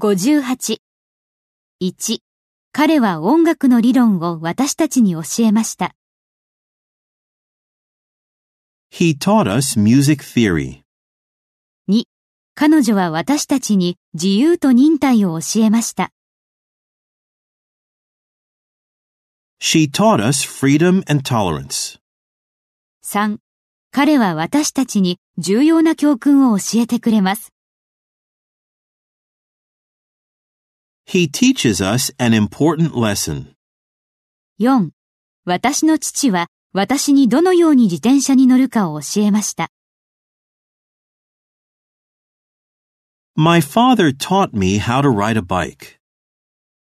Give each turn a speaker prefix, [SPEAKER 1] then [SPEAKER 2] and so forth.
[SPEAKER 1] 58.1. 彼は音楽の理論を私たちに教えました。
[SPEAKER 2] He taught us music theory.
[SPEAKER 1] 彼女は私たちに自由と忍耐を教えました。
[SPEAKER 2] She taught us freedom and tolerance.
[SPEAKER 1] 3. 彼は私たちに重要な教訓を教えてくれます。
[SPEAKER 2] He teaches us an important lesson.
[SPEAKER 1] 4. 私の父は私にどのように自転車に乗るかを教えました。
[SPEAKER 2] My father taught me how to ride a bike.